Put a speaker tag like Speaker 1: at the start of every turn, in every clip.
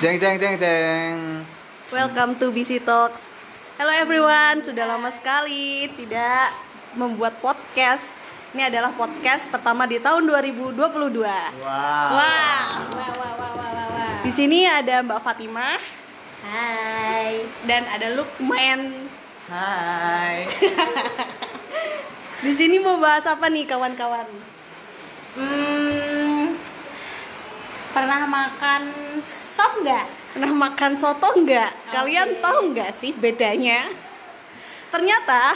Speaker 1: Jeng jeng jeng jeng.
Speaker 2: Welcome to BC Talks. Hello everyone, sudah lama sekali tidak membuat podcast. Ini adalah podcast pertama di tahun 2022.
Speaker 1: Wow.
Speaker 2: Wah.
Speaker 3: Wah, wah, wah, wah, wah, wah.
Speaker 2: Di sini ada Mbak Fatimah
Speaker 3: Hai.
Speaker 2: dan ada Lukman.
Speaker 1: Hai.
Speaker 2: Di sini mau bahas apa nih kawan-kawan?
Speaker 3: Hmm, pernah makan sop nggak?
Speaker 2: Pernah makan soto nggak?
Speaker 3: Oke.
Speaker 2: Kalian tahu nggak sih bedanya? Ternyata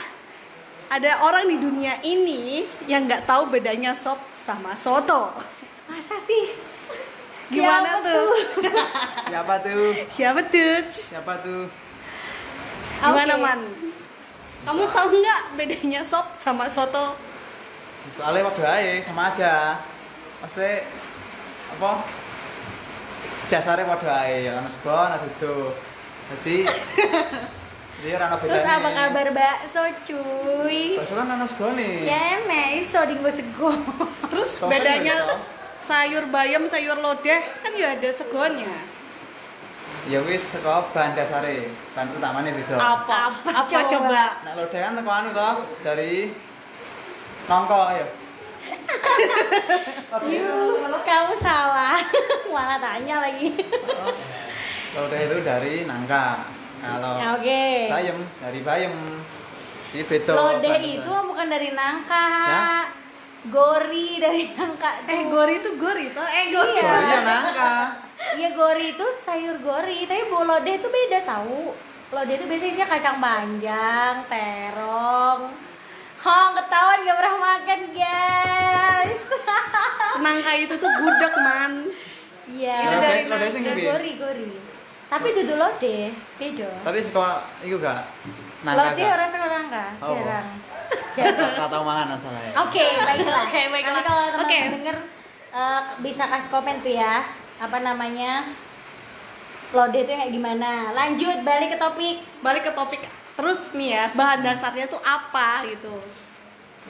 Speaker 2: ada orang di dunia ini yang nggak tahu bedanya sop sama soto.
Speaker 3: Masa sih?
Speaker 2: Gimana
Speaker 3: Siapa
Speaker 2: tuh?
Speaker 1: Siapa tuh?
Speaker 2: Siapa tuh?
Speaker 1: Siapa tuh?
Speaker 2: Gimana
Speaker 3: Oke.
Speaker 2: man? Kamu tahu nggak bedanya sop sama soto?
Speaker 1: Soalnya waktu aja sama aja. Pasti apa? Dasarnya waktu aja ya kan segon ada tuh. Jadi dia rana bedanya.
Speaker 3: Terus apa kabar bakso cuy?
Speaker 1: Bakso kan rana segon nih.
Speaker 3: Ya enak, iso di nggo sego.
Speaker 2: Terus
Speaker 1: Sosen
Speaker 2: bedanya
Speaker 1: juga.
Speaker 2: sayur bayam, sayur lodeh kan ya ada segonnya.
Speaker 1: Ya wis saka bahan dasare, bahan utamanya beda.
Speaker 2: Apa? Apa,
Speaker 3: coba?
Speaker 2: coba?
Speaker 1: Nek lodeh kan teko anu to, dari nongko ya. Lodeh itu
Speaker 3: Yuh, kamu salah. Malah tanya lagi.
Speaker 1: Lodeh itu dari nangka. Kalau
Speaker 3: Ya, Oke.
Speaker 1: bayam dari bayam. Jadi beda.
Speaker 3: Lodeh
Speaker 1: bahan dasar.
Speaker 3: itu bukan dari nangka.
Speaker 1: Hah?
Speaker 3: Gori dari nangka.
Speaker 2: Eh
Speaker 3: tuh.
Speaker 2: gori itu gori toh? Eh gori
Speaker 3: Iya.
Speaker 1: Dari ya nangka.
Speaker 3: Iya gori itu sayur gori, tapi bu lodeh itu beda tahu. Lodeh itu biasanya isinya kacang panjang, terong. Hong ketahuan gak pernah makan guys.
Speaker 2: Nangka itu tuh gudeg man.
Speaker 3: Iya.
Speaker 2: Itu dari
Speaker 1: Lodeh- lodeh sing
Speaker 3: Nggak
Speaker 1: ndi?
Speaker 3: gori gori. Tapi duduk lodeh beda.
Speaker 1: Tapi suka iku gak nangka.
Speaker 3: Lodeh
Speaker 1: gak?
Speaker 3: orang sekarang nggak?
Speaker 1: Oh.
Speaker 3: Jarang. Jarang.
Speaker 1: Nggak tau mangan asalnya.
Speaker 3: Oke, baiklah.
Speaker 2: Oke, baiklah.
Speaker 3: Nanti kalau teman
Speaker 2: Oke.
Speaker 3: denger eh, bisa kasih komen tuh ya. Apa namanya? Lodeh itu yang kayak gimana? Lanjut balik ke topik.
Speaker 2: Balik ke topik terus nih ya bahan dasarnya tuh apa gitu?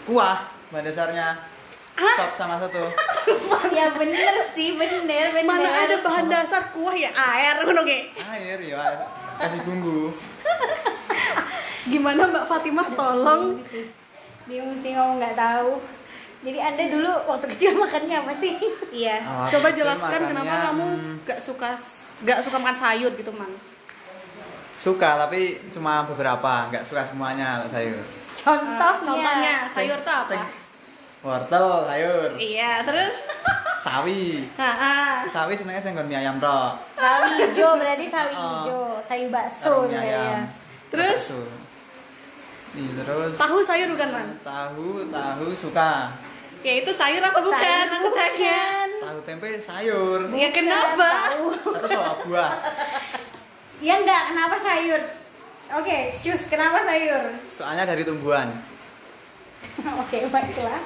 Speaker 1: Kuah bahan dasarnya. Sop sama satu.
Speaker 3: ya bener sih bener bener
Speaker 2: Mana ada bahan dasar kuah ya air ngono ge.
Speaker 1: Air ya. Kasih bumbu.
Speaker 2: Gimana Mbak Fatimah tolong
Speaker 3: Bingung sih. bingung sih ngomong nggak tahu jadi anda dulu waktu kecil makannya apa sih
Speaker 2: Iya.
Speaker 1: Awal
Speaker 2: Coba
Speaker 1: Oh, kecil
Speaker 2: jelaskan
Speaker 1: makannya,
Speaker 2: kenapa kamu
Speaker 1: hmm.
Speaker 2: gak suka gak suka makan sayur gitu man.
Speaker 1: Suka tapi cuma beberapa, nggak suka semuanya kalau sayur.
Speaker 2: Eh,
Speaker 3: contohnya
Speaker 2: contohnya sayur tuh apa?
Speaker 1: Sing- Wortel, sayur,
Speaker 2: Iya. Terus.
Speaker 1: sawi.
Speaker 2: Ah, ah.
Speaker 1: Sawi senengnya sing nggon mie ayam tok.
Speaker 3: sawi hijau berarti sawi
Speaker 1: Oh.
Speaker 3: hijau sawi bakso
Speaker 1: Karo mie ayam.
Speaker 3: ya
Speaker 2: Terus?
Speaker 1: Bakso. Ih, terus
Speaker 2: Tahu sayur bukan man?
Speaker 1: tahu tahu suka.
Speaker 2: Ya itu sayur apa bukan? Aku tanya.
Speaker 1: Tahu tempe sayur.
Speaker 2: Ya kenapa?
Speaker 1: Atau soal buah.
Speaker 3: ya enggak kenapa sayur oke cus kenapa sayur
Speaker 1: Soalnya dari tumbuhan.
Speaker 3: oke baiklah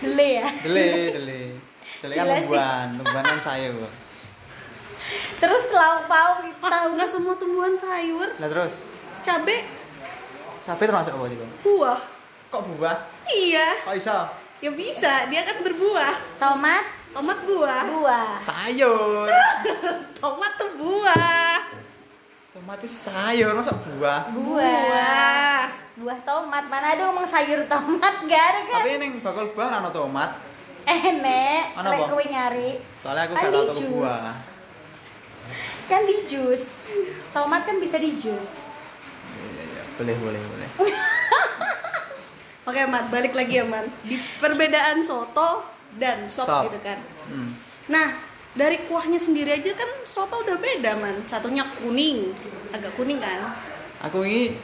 Speaker 3: delay ya
Speaker 1: Dele, dele. Dele kan
Speaker 3: Gila sih.
Speaker 1: tumbuhan, tumbuhan kan sayur.
Speaker 3: terus lauk pauk
Speaker 2: Tahu
Speaker 3: tahu
Speaker 2: Ah, nggak semua tumbuhan sayur?
Speaker 1: Lah terus,
Speaker 2: Cabe
Speaker 1: cabai termasuk apa juga?
Speaker 2: buah.
Speaker 1: Kok buah?
Speaker 2: Iya.
Speaker 1: Kok iso?
Speaker 2: Ya bisa. Dia kan berbuah.
Speaker 3: tomat
Speaker 2: Tomat buah.
Speaker 3: buah
Speaker 1: Sayur.
Speaker 2: Tomat tuh buah.
Speaker 1: Otomatis sayur, masa buah?
Speaker 3: buah buah tomat mana ada ngomong sayur tomat gak ada kan
Speaker 1: Tapi ning bakul buah ana tomat.
Speaker 3: eh nek
Speaker 1: Ana
Speaker 3: lek
Speaker 1: apa?
Speaker 3: kowe nyari
Speaker 1: Soalnya aku
Speaker 3: Kan
Speaker 1: gak tau
Speaker 3: di
Speaker 1: tuku
Speaker 3: jus.
Speaker 1: buah.
Speaker 3: kan di jus tomat kan bisa di jus
Speaker 1: Iya, iya, boleh, boleh, boleh.
Speaker 2: Oke man, balik lagi ya man. Di perbedaan soto dan sop,
Speaker 1: Sop.
Speaker 2: gitu kan.
Speaker 1: Hmm.
Speaker 2: Nah, dari kuahnya sendiri aja kan soto udah beda, Man. Satunya kuning, agak kuning kan.
Speaker 1: Aku ini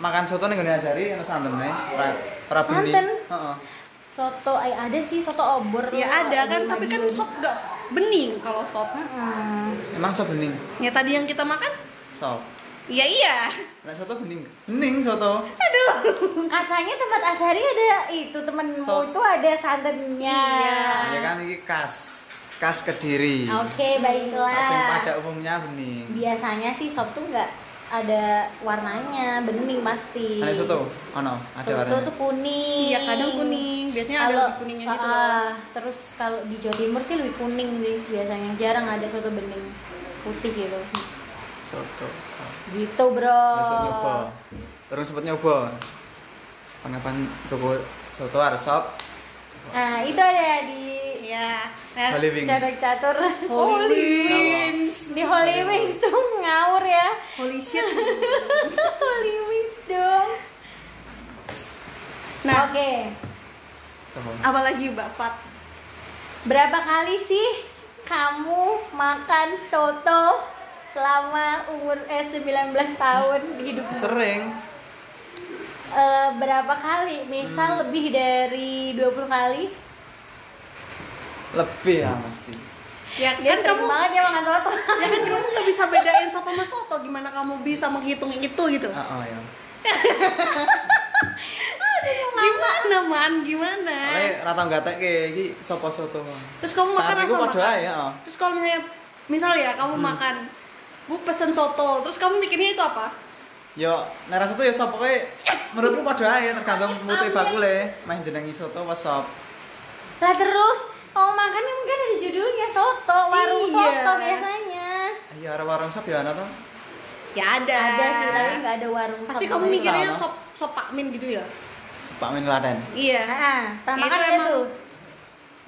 Speaker 1: makan soto ning gone ajari ana santene, ora ora beli.
Speaker 3: Santen?
Speaker 1: Heeh.
Speaker 3: soto eh, ada sih soto obor
Speaker 2: Ya ada kan, tapi kan
Speaker 3: Madiun.
Speaker 2: sop gak bening kalau sop.
Speaker 3: Mm-mm.
Speaker 1: Emang sop bening.
Speaker 2: Ya tadi yang kita makan,
Speaker 1: Sop.
Speaker 2: iya iya.
Speaker 1: Nek soto bening. Bening soto.
Speaker 3: katanya tempat Ashari ada itu temenmu
Speaker 1: Sot-
Speaker 3: itu ada santannya
Speaker 1: Ya kan ini khas khas Kediri.
Speaker 3: oke
Speaker 1: Nah, Sing
Speaker 3: baiklah
Speaker 1: pada umumnya bening.
Speaker 3: biasanya sih sop tuh nggak ada warnanya bening pasti
Speaker 1: Ada soto? Ono, ada
Speaker 3: Soto
Speaker 1: warnanya.
Speaker 3: tuh kuning.
Speaker 2: Iya kadang kuning, biasanya ada
Speaker 3: Kalau-
Speaker 2: lebih kuningnya gitu
Speaker 3: ah,
Speaker 2: loh.
Speaker 3: Terus kalau di Jawa Timur sih lebih kuning sih biasanya. Jarang ada soto bening. putih gitu
Speaker 1: soto
Speaker 3: gitu bro
Speaker 1: Nggak sempat nyoba terus sempat nyoba kapan tuku soto arsop
Speaker 3: nah itu ada di
Speaker 2: Ya.
Speaker 3: Eh,
Speaker 2: Nah,
Speaker 1: Holy Wings
Speaker 3: catur catur
Speaker 2: Holy
Speaker 1: Wings.
Speaker 3: di Holy Wings tuh ngawur ya
Speaker 2: holy shit.
Speaker 3: Holy Wings dong
Speaker 2: Nah,
Speaker 3: oke
Speaker 1: Sopo?
Speaker 2: apalagi Mbak Fat?
Speaker 3: berapa kali sih kamu makan soto selama umur eh 19 tahun di hidup
Speaker 1: sering
Speaker 3: Eh, berapa kali? Misal
Speaker 2: Hmm.
Speaker 3: lebih dari 20 kali?
Speaker 1: lebih ya mesti
Speaker 2: Ya
Speaker 3: Dia
Speaker 2: kan
Speaker 3: kamu
Speaker 2: kamu
Speaker 3: banget dia makan soto.
Speaker 2: ya kan kamu nggak bisa bedain sama sama soto gimana kamu bisa menghitung itu gitu
Speaker 3: Iya,
Speaker 1: Ah, ah, ya.
Speaker 2: gimana man gimana
Speaker 1: Oleh rata gatek kayak iki sopo soto.
Speaker 2: terus kamu makan
Speaker 1: Saat
Speaker 2: asal
Speaker 1: iku padha
Speaker 2: makan
Speaker 1: ae, heeh.
Speaker 2: terus kalau misalnya misal ya kamu makan bu pesen soto terus kamu mikirnya itu apa
Speaker 1: Yo, nek ra soto ya sop kowe menurutku padha ae tergantung e mute bakule, main jenengi soto apa sop.
Speaker 3: Lah terus mau makan yang kan ada judulnya soto, warung
Speaker 2: Iya.
Speaker 3: soto biasanya.
Speaker 1: Ya arep warung sop ya ana to.
Speaker 2: ya ada
Speaker 3: Ada sih tapi nggak ada warung
Speaker 2: pasti
Speaker 3: soto.
Speaker 2: kamu mikirnya
Speaker 1: Sama.
Speaker 2: sop sop pakmin gitu ya
Speaker 1: Sepak min laden.
Speaker 2: iya
Speaker 3: Heeh, Ah, pernah
Speaker 2: Itu
Speaker 3: makan ada
Speaker 2: emang-
Speaker 3: tuh.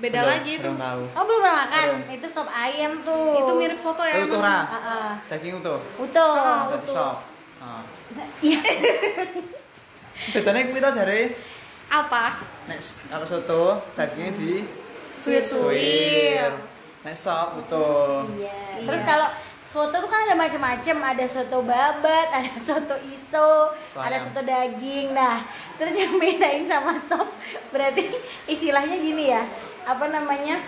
Speaker 2: beda
Speaker 1: Belum-
Speaker 2: lagi itu
Speaker 1: Belum tahu.
Speaker 3: Oh belum pernah makan.
Speaker 1: Belum.
Speaker 3: Itu sop ayam tuh.
Speaker 2: itu mirip soto ya
Speaker 1: Eh, utuh
Speaker 2: emang.
Speaker 1: ra.
Speaker 3: Heeh.
Speaker 1: Daging utuh.
Speaker 3: Utuh.
Speaker 2: Oh,
Speaker 1: Berarti
Speaker 2: utuh.
Speaker 1: sop. Heeh.
Speaker 3: Iya.
Speaker 1: Bedane kuwi to jare
Speaker 2: apa
Speaker 1: nek s- kalau soto dagingnya di
Speaker 2: suwir suwir
Speaker 1: Nek sop utuh.
Speaker 3: Iya. Terus kalau soto tuh kan ada macam-macam, ada soto babat, ada soto iso,
Speaker 1: Soto
Speaker 3: ada
Speaker 1: ayam.
Speaker 3: soto daging. Nah, terus yang bedain sama sop berarti istilahnya gini ya. Apa namanya?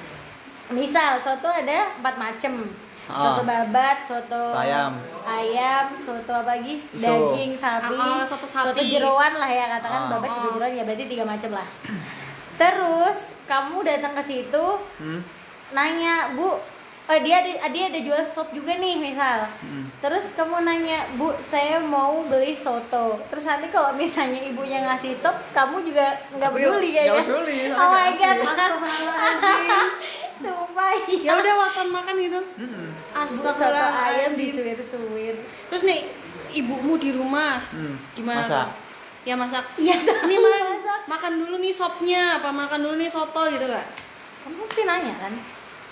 Speaker 3: Misal soto ada empat macam.
Speaker 1: Ah.
Speaker 3: Soto babat, soto
Speaker 1: Soto ayam.
Speaker 3: ayam, soto apa lagi?
Speaker 1: Iso.
Speaker 3: Daging sapi,
Speaker 2: Ah, ah, soto sapi.
Speaker 3: jeroan lah ya katakan
Speaker 1: Ah.
Speaker 3: babat juga
Speaker 2: Ah.
Speaker 3: jeroan ya berarti tiga macam lah. Terus kamu datang ke situ,
Speaker 1: Hmm.
Speaker 3: nanya bu eh, dia ada dia ada jual sop juga nih misal
Speaker 1: Mm.
Speaker 3: terus kamu nanya bu saya mau beli soto terus nanti kalau misalnya ibunya ngasih sop kamu juga nggak
Speaker 1: Aku
Speaker 3: peduli
Speaker 1: nggak
Speaker 3: kayaknya
Speaker 1: peduli,
Speaker 3: oh
Speaker 1: soalnya
Speaker 3: my
Speaker 2: ya?
Speaker 3: god
Speaker 2: Astagfirullahaladzim
Speaker 3: sumpah iya.
Speaker 2: ya udah watan makan gitu
Speaker 1: Hmm.
Speaker 3: Bu, soto ayam
Speaker 2: Astagfirullahaladzim
Speaker 3: disuwir suwir
Speaker 2: terus nih ibumu di rumah
Speaker 1: Hmm.
Speaker 2: gimana
Speaker 1: Masak.
Speaker 2: tuh? ya masak
Speaker 3: iya
Speaker 2: ini man makan dulu nih sopnya apa makan dulu nih soto gitu gak
Speaker 3: kamu pasti nanya kan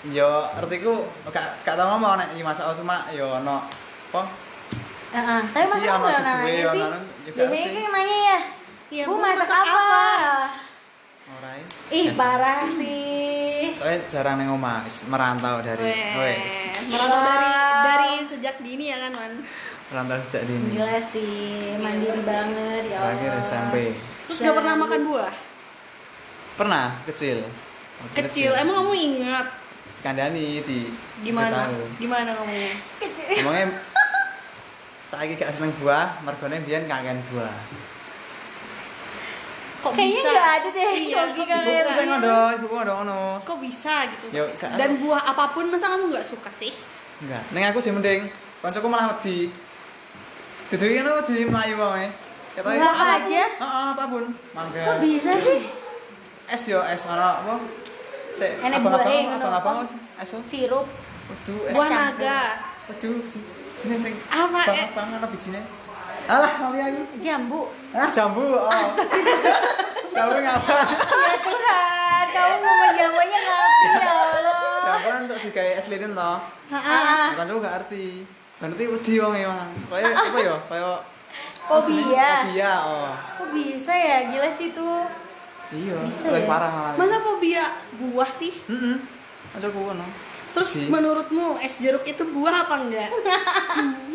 Speaker 1: Yo, artiku gak gak tau ngomong nek iki masak cuma yo ono apa
Speaker 3: Heeh. tapi masa
Speaker 1: Iya,
Speaker 3: kamu nggak
Speaker 1: anak
Speaker 3: nanya
Speaker 1: cucu,
Speaker 3: sih
Speaker 1: anak juga
Speaker 3: biasanya
Speaker 1: ngerti.
Speaker 3: kan nanya ya
Speaker 2: Iya,
Speaker 3: bu masak, apa?
Speaker 1: ora ae.
Speaker 3: ih
Speaker 1: Biasa.
Speaker 3: parah sih
Speaker 1: Soalnya jarang neng omah, wis merantau dari
Speaker 2: Wes,
Speaker 1: wes,
Speaker 2: merantau dari
Speaker 3: Wow.
Speaker 2: dari sejak dini ya kan man
Speaker 1: merantau sejak dini.
Speaker 3: Gila sih, mandiri banget ya Allah.
Speaker 1: Terakhir SMP.
Speaker 2: terus gak pernah makan buah
Speaker 1: Pernah kecil. Waktu
Speaker 2: kecil emang kamu ingat
Speaker 1: Sekandani di
Speaker 2: gimana
Speaker 1: di tahu.
Speaker 2: gimana kamu
Speaker 3: Kecil.
Speaker 1: Emangnya saiki gak seneng buah, mergone biyen kangen buah.
Speaker 2: kok
Speaker 3: Kayaknya
Speaker 2: bisa
Speaker 3: nggak ada deh,
Speaker 2: iya, kok
Speaker 3: logika
Speaker 1: Ibuku
Speaker 2: bisa
Speaker 1: sing ngono, ibuku ngono ngono.
Speaker 2: kok bisa gitu
Speaker 1: Yo, gak-
Speaker 2: dan buah apapun masa kamu nggak suka sih
Speaker 1: Enggak. Ning aku sih mending kancaku malah wedi. Dudu iki lho wedi mlayu wae. Ketoke
Speaker 3: Buah apa aja?
Speaker 1: Heeh, apa pun. Mangga.
Speaker 3: Kok bisa sih?
Speaker 1: Es yo es ana apa? Sik,
Speaker 3: Enek
Speaker 1: abang-abang,
Speaker 3: buahe ngono.
Speaker 1: abang-abang, es. oh.
Speaker 3: Sirup.
Speaker 1: Waduh, es.
Speaker 2: buah
Speaker 3: campur.
Speaker 2: naga
Speaker 1: Waduh, sini, sini sing.
Speaker 2: Apa, eh?
Speaker 1: Bang, bang, ana bijine. Alah, lali aku.
Speaker 3: Jambu.
Speaker 1: Ah, jambu. Oh. jambu ngapa?
Speaker 3: Ah. Ya Tuhan, kamu mau jambunya ngapain ya Allah.
Speaker 1: Jambu kan sok digawe es lilin to.
Speaker 2: Ha-ha.
Speaker 3: Ah,
Speaker 1: Bukan juga gak arti. Berarti wedi wong e malah. Kaya apa ya? Kaya
Speaker 3: fobia.
Speaker 1: Fobia, oh.
Speaker 3: Kok bisa ya? Gila sih tuh.
Speaker 1: Iya,
Speaker 3: Bisa
Speaker 1: lebih
Speaker 3: ya?
Speaker 1: parah malah.
Speaker 2: masa fobia buah sih
Speaker 1: Heeh. Kancaku ngono.
Speaker 2: terus
Speaker 1: Sih.
Speaker 2: menurutmu es jeruk itu buah apa enggak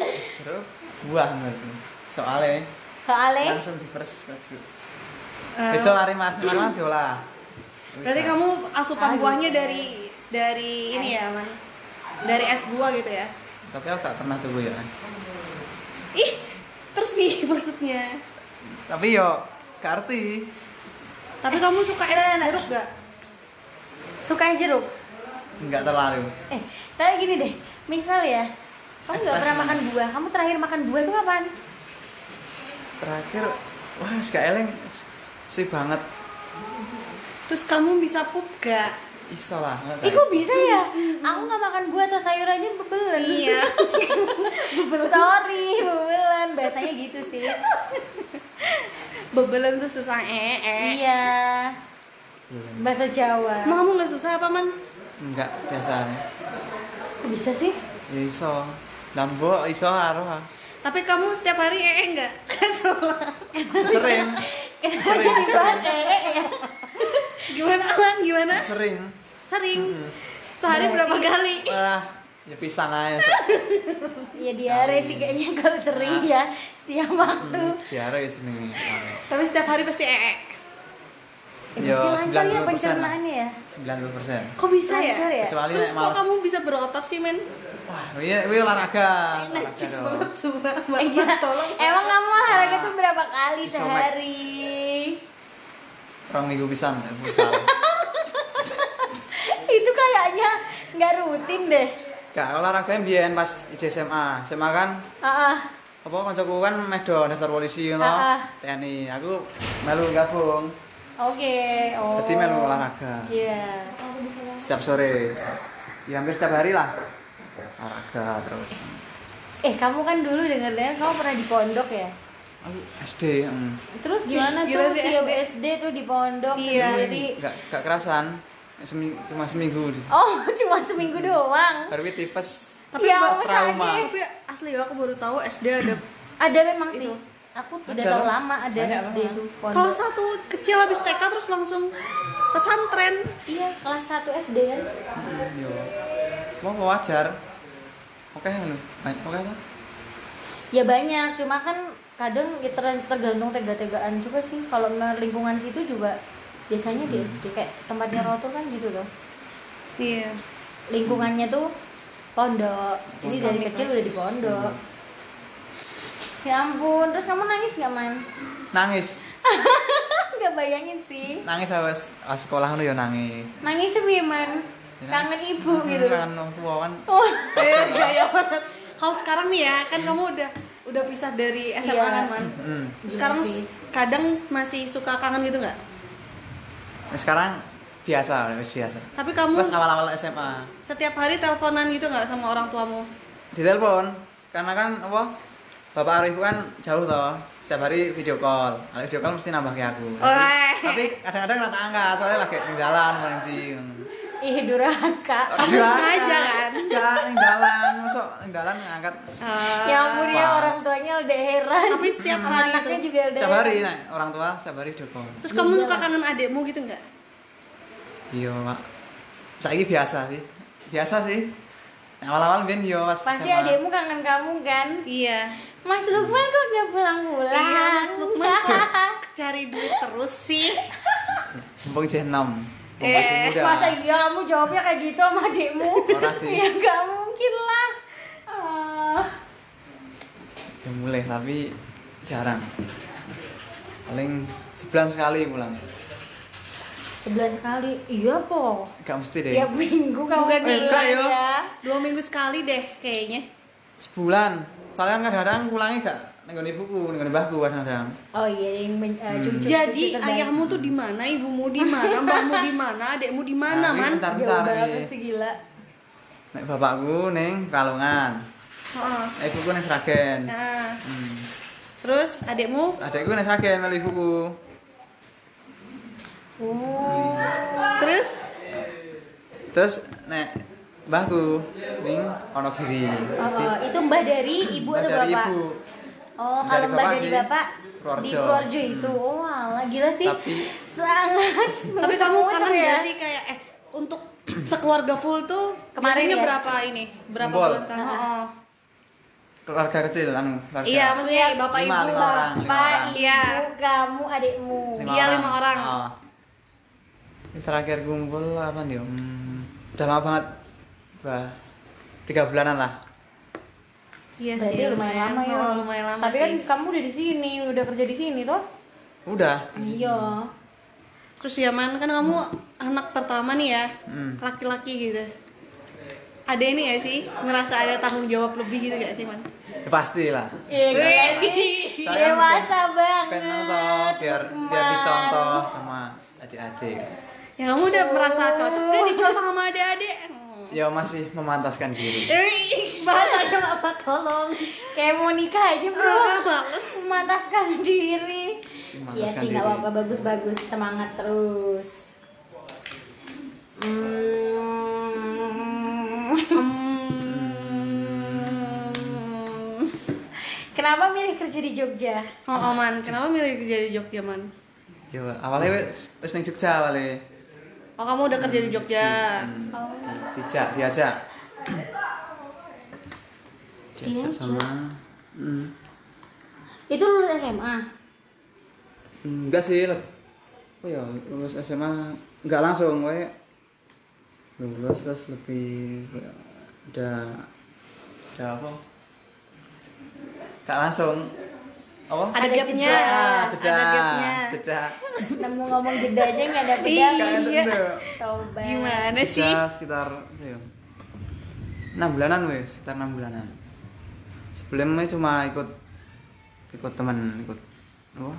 Speaker 1: Eh, Seru buah menurutku. Soalnya
Speaker 3: Soalnya
Speaker 1: langsung diperes kok jeruk.
Speaker 2: Eh,
Speaker 1: Itu mari mas, makan diolah.
Speaker 2: berarti kamu asupan
Speaker 3: Aduh.
Speaker 2: buahnya dari dari ini ya man dari es buah gitu ya
Speaker 1: Tapi aku gak pernah tuh ya.
Speaker 2: ih terus nih maksudnya
Speaker 1: Tapi yo gak arti.
Speaker 2: tapi kamu suka es jeruk gak
Speaker 3: suka es jeruk.
Speaker 1: Enggak terlalu.
Speaker 3: Eh, tapi gini deh. Misal ya, kamu nggak pernah makan buah. Kamu terakhir makan buah tuh kapan?
Speaker 1: Terakhir wah gak eleng sih banget.
Speaker 2: terus kamu bisa pup gak
Speaker 1: iso lah nggak
Speaker 3: Ih kok
Speaker 1: iso.
Speaker 3: bisa ya? Aku nggak makan buah atau sayur aja bebelan.
Speaker 2: iya
Speaker 3: Sorry, bebelan. Biasanya gitu sih.
Speaker 2: bebelen tuh susah eh eh
Speaker 3: iya.
Speaker 1: Belum.
Speaker 3: Bahasa Jawa.
Speaker 2: Emang kamu nggak susah apa man
Speaker 1: enggak biasa
Speaker 3: Kok bisa sih?
Speaker 1: ya iso lambo iso aruh ah.
Speaker 2: tapi kamu setiap hari eh eh nggak
Speaker 1: sering
Speaker 3: Kenapa
Speaker 1: Sering. gitu.
Speaker 3: jadi bahas eh, eh, eh?
Speaker 2: gimana man gimana
Speaker 1: sering
Speaker 2: sering sehari berapa kali
Speaker 1: ah ya pisan aja
Speaker 3: Ya diare sih kayaknya kalau sering ya setiap waktu.
Speaker 1: Nah. Hmm, diare wis ini
Speaker 2: tapi setiap hari pasti eh eh
Speaker 3: Eh,
Speaker 1: Yo,
Speaker 3: berarti lancar ya
Speaker 1: 90% lah.
Speaker 3: pencernaannya ya?
Speaker 1: 90 persen
Speaker 2: kok bisa
Speaker 3: Lancar
Speaker 2: ya
Speaker 3: ya?
Speaker 1: Kecuali
Speaker 2: terus
Speaker 1: nek
Speaker 2: kok
Speaker 1: males.
Speaker 2: kamu bisa berotot sih men
Speaker 1: wah ini ini olahraga olahraga
Speaker 2: najis
Speaker 1: dong
Speaker 2: banget sumpah
Speaker 3: Eh,
Speaker 2: Bapak,
Speaker 3: gila.
Speaker 2: tolong
Speaker 3: Emang kamu
Speaker 1: Nah.
Speaker 3: olahraga tuh berapa kali
Speaker 1: Isomat.
Speaker 3: sehari?
Speaker 1: orang minggu pisan eh, futsal
Speaker 3: Itu kayaknya nggak rutin deh.
Speaker 1: gak olahraga yang biyen pas IJ SMA SMA kan
Speaker 3: Heeh.
Speaker 1: apa kancaku kan medo daftar polisi ngono
Speaker 3: Ah, ah.
Speaker 1: TNI aku melu gabung
Speaker 3: Oke. Oh.
Speaker 1: Berarti melu olahraga.
Speaker 3: Iya.
Speaker 1: setiap sore ya hampir setiap hari lah olahraga terus
Speaker 3: Eh kamu kan dulu denger dengar kamu pernah di pondok ya?
Speaker 1: Aku SD mm.
Speaker 3: Terus gimana
Speaker 2: Ih, gila
Speaker 3: tuh
Speaker 2: sih
Speaker 3: siap
Speaker 2: SD.
Speaker 3: SD tuh di pondok
Speaker 2: Iya.
Speaker 3: sendiri?
Speaker 1: nggak nggak kerasan Semi- cuma seminggu
Speaker 3: Oh cuma seminggu doang.
Speaker 1: baru tipes
Speaker 2: tapi
Speaker 3: Ya,
Speaker 2: Mbak,
Speaker 3: aku
Speaker 1: trauma.
Speaker 3: sakit.
Speaker 2: tapi asli ya aku baru tahu SD ada
Speaker 3: Ada memang sih.
Speaker 2: Itu.
Speaker 3: Aku
Speaker 1: Ada
Speaker 3: udah tahu
Speaker 1: loh.
Speaker 3: lama ada
Speaker 1: Banyak
Speaker 3: SD
Speaker 1: loh.
Speaker 3: itu
Speaker 2: kelas
Speaker 3: pondok.
Speaker 2: satu kecil habis TK terus langsung pesantren
Speaker 3: Iya kelas 1 SD kan.
Speaker 1: yo mau mau Iya. wajar oke lho banyak oke tuh
Speaker 3: Ya banyak, cuma kan kadang ya ter- tergantung tega-tegaan juga sih. Kalau memang lingkungan situ juga biasanya di SD kayak tempatnya Rotul kan gitu loh.
Speaker 2: iya
Speaker 3: Lingkungannya tuh pondok. Jadi
Speaker 1: Pondok.
Speaker 3: dari kecil udah di pondok. Ya ampun, terus kamu nangis nggak man?
Speaker 1: nangis
Speaker 3: Nggak bayangin sih.
Speaker 1: nangis awas awas sekolah lu yo nangis
Speaker 3: Nangis sih man.
Speaker 1: Ya, nangis.
Speaker 3: Kangen ibu
Speaker 1: Hmm,
Speaker 3: gitu.
Speaker 1: kangen orang tua kan
Speaker 3: Oh,
Speaker 2: eh gaya banget kalau sekarang nih ya kan kamu udah udah pisah dari SMA
Speaker 3: Iya.
Speaker 2: kan man
Speaker 1: Mm.
Speaker 2: sekarang
Speaker 3: Iya sih.
Speaker 2: kadang masih suka kangen gitu nggak
Speaker 1: Nah, sekarang biasa udah wis biasa
Speaker 2: tapi kamu
Speaker 1: pas awal-awal SMA
Speaker 2: setiap hari teleponan gitu nggak sama orang tuamu
Speaker 1: ditelepon karena kan apa Bapak Arif kan jauh toh setiap hari video call kalau video call mesti nambah ke aku
Speaker 2: Weh.
Speaker 1: tapi, tapi kadang-kadang nggak tak angkat soalnya lagi di jalan mau nanti
Speaker 3: ih durhaka.
Speaker 2: Kamu sengaja kan?
Speaker 1: nggak di jalan masuk di jalan ngangkat
Speaker 3: Ya ampun ya
Speaker 1: Pas.
Speaker 3: orang tuanya udah heran.
Speaker 2: Eh, tapi setiap hari itu
Speaker 3: Nah, Anaknya juga iya udah
Speaker 1: setiap hari nah, orang tua setiap hari video call
Speaker 2: terus kamu suka kangen adikmu gitu nggak
Speaker 1: iya pak saya biasa sih biasa sih Nah, awal-awal ben yo pas
Speaker 3: Pasti
Speaker 1: SMA.
Speaker 3: adekmu kangen kamu kan?
Speaker 2: iya
Speaker 3: Mas Lukman kok nggak pulang-pulang?
Speaker 2: Iya, Mas Lukman cari duit terus sih
Speaker 1: mumpung sih enam mumpung
Speaker 2: Eh,
Speaker 1: masih muda
Speaker 3: Masa iya kamu jawabnya kayak gitu sama adekmu?
Speaker 1: Ora sih.
Speaker 3: ya nggak mungkin lah. Ah,
Speaker 1: ya mulai tapi jarang paling sebulan sekali pulang
Speaker 3: sebulan sekali, iya po.
Speaker 1: gak mesti deh
Speaker 3: Tiap minggu kamu
Speaker 2: Bukan
Speaker 1: Eh,
Speaker 3: pulang
Speaker 1: enggak, yo.
Speaker 3: ya.
Speaker 2: dua minggu sekali deh kayaknya
Speaker 1: sebulan soalnya kan kadang pulangnya gak nenggone ibuku nenggone mbahku kadang-kadang
Speaker 3: Oh iya, yang men- eh, cucu-cucu
Speaker 2: Jadi
Speaker 3: terbaik.
Speaker 2: ayahmu tuh di mana, ibumu di mana, mbahmu di mana, adekmu di mana,
Speaker 1: Nah,
Speaker 2: man?
Speaker 1: ini
Speaker 3: jauh
Speaker 1: Bentar-bentar
Speaker 3: banget
Speaker 1: nih.
Speaker 3: sih gila.
Speaker 1: nek bapakku neng Kalongan
Speaker 2: Heeh.
Speaker 1: nek ibuku neng Sragen
Speaker 2: Nah,
Speaker 1: hmm.
Speaker 2: terus adekmu
Speaker 1: adekku neng Sragen melu ibuku
Speaker 3: Oh.
Speaker 2: terus
Speaker 1: terus nek mbahku ning Onogiri
Speaker 3: Oh, oh, itu mbah dari ibu atau
Speaker 1: dari
Speaker 3: bapak?
Speaker 1: ibu
Speaker 3: Oh,
Speaker 1: Dari
Speaker 3: kalau mbak
Speaker 1: bapak
Speaker 3: dari
Speaker 1: di
Speaker 3: bapak di
Speaker 1: Purworejo.
Speaker 3: Purworejo itu, oh alah gila sih,
Speaker 1: Hmm. Tapi-
Speaker 3: sangat.
Speaker 2: tapi kamu
Speaker 3: muter
Speaker 2: kangen gak sih kayak eh untuk sekeluarga full tuh
Speaker 3: Kemarin
Speaker 2: biasanya
Speaker 3: ya?
Speaker 2: berapa ini? Berapa
Speaker 1: Ngumpul.
Speaker 2: bulan kamu? Heeh.
Speaker 1: keluarga kecil anu keluarga
Speaker 2: Iya, maksudnya bapak
Speaker 1: Lima,
Speaker 2: ibu.
Speaker 1: lima orang.
Speaker 3: Bapak,
Speaker 1: orang.
Speaker 3: ibu,
Speaker 2: Iya.
Speaker 3: kamu, adikmu.
Speaker 2: Iya, lima orang.
Speaker 1: Oh. Ini terakhir kumpul apa nih? Hmm, udah lama banget. Bah, tiga bulanan lah.
Speaker 2: Iya sih.
Speaker 3: Berarti lumayan lama ya.
Speaker 2: Heeh, lumayan lama
Speaker 3: Tapi kan
Speaker 2: sih.
Speaker 3: kamu udah di sini, udah kerja di sini toh?
Speaker 1: Udah.
Speaker 3: Iya.
Speaker 2: Terus ya man, kan kamu anak pertama nih ya,
Speaker 1: Hmm.
Speaker 2: laki-laki gitu. Ada ini gak sih, ngerasa ada tanggung jawab lebih gitu gak sih man?
Speaker 1: Ya, pasti lah.
Speaker 3: Iya.
Speaker 2: Wih.
Speaker 1: Saya
Speaker 3: Dewasa
Speaker 1: pengen- pengen
Speaker 3: banget.
Speaker 1: anu toh, biar biar
Speaker 3: Lukman.
Speaker 1: dicontoh sama adik-adik.
Speaker 2: Ya kamu udah merasa cocok gak dicontoh sama adik-adik? Hmm.
Speaker 1: ya masih memantaskan diri
Speaker 2: Eh, bahasanya apa tolong?
Speaker 3: Kayak mau nikah aja bro
Speaker 2: Ah, males.
Speaker 3: Memantaskan diri
Speaker 1: Sih,
Speaker 3: Iya
Speaker 1: memantaskan
Speaker 3: sih
Speaker 1: diri.
Speaker 3: gak apa-apa bagus-bagus Semangat terus Hmm.
Speaker 2: Hmm.
Speaker 3: Kenapa milih kerja di Jogja?
Speaker 2: Oh, oh, man, kenapa milih kerja di Jogja, Man?
Speaker 1: ya awalnya wis wis ning Jogja awalnya
Speaker 2: Oh, kamu udah kerja di Jogja.
Speaker 1: Hmm. dijak diajak diajak sama Hmm.
Speaker 3: Itu lulus SMA?
Speaker 1: enggak sih leb- oh ya lulus SMA enggak langsung gue lulus terus lebih ya, udah udah apa enggak langsung apa
Speaker 2: Ada
Speaker 3: Ada
Speaker 2: gapnya,
Speaker 3: jeda,
Speaker 1: jeda
Speaker 2: ada gapnya.
Speaker 1: jeda
Speaker 3: Nemu ngomong jedanya nggak ada
Speaker 2: Iya.
Speaker 3: beda
Speaker 1: Kayak itu.
Speaker 3: Coba
Speaker 2: Gimana sih?
Speaker 1: Jeda sekitar ya, 6 bulanan weh sekitar 6 bulanan sebelumnya cuma ikut ikut teman ikut apa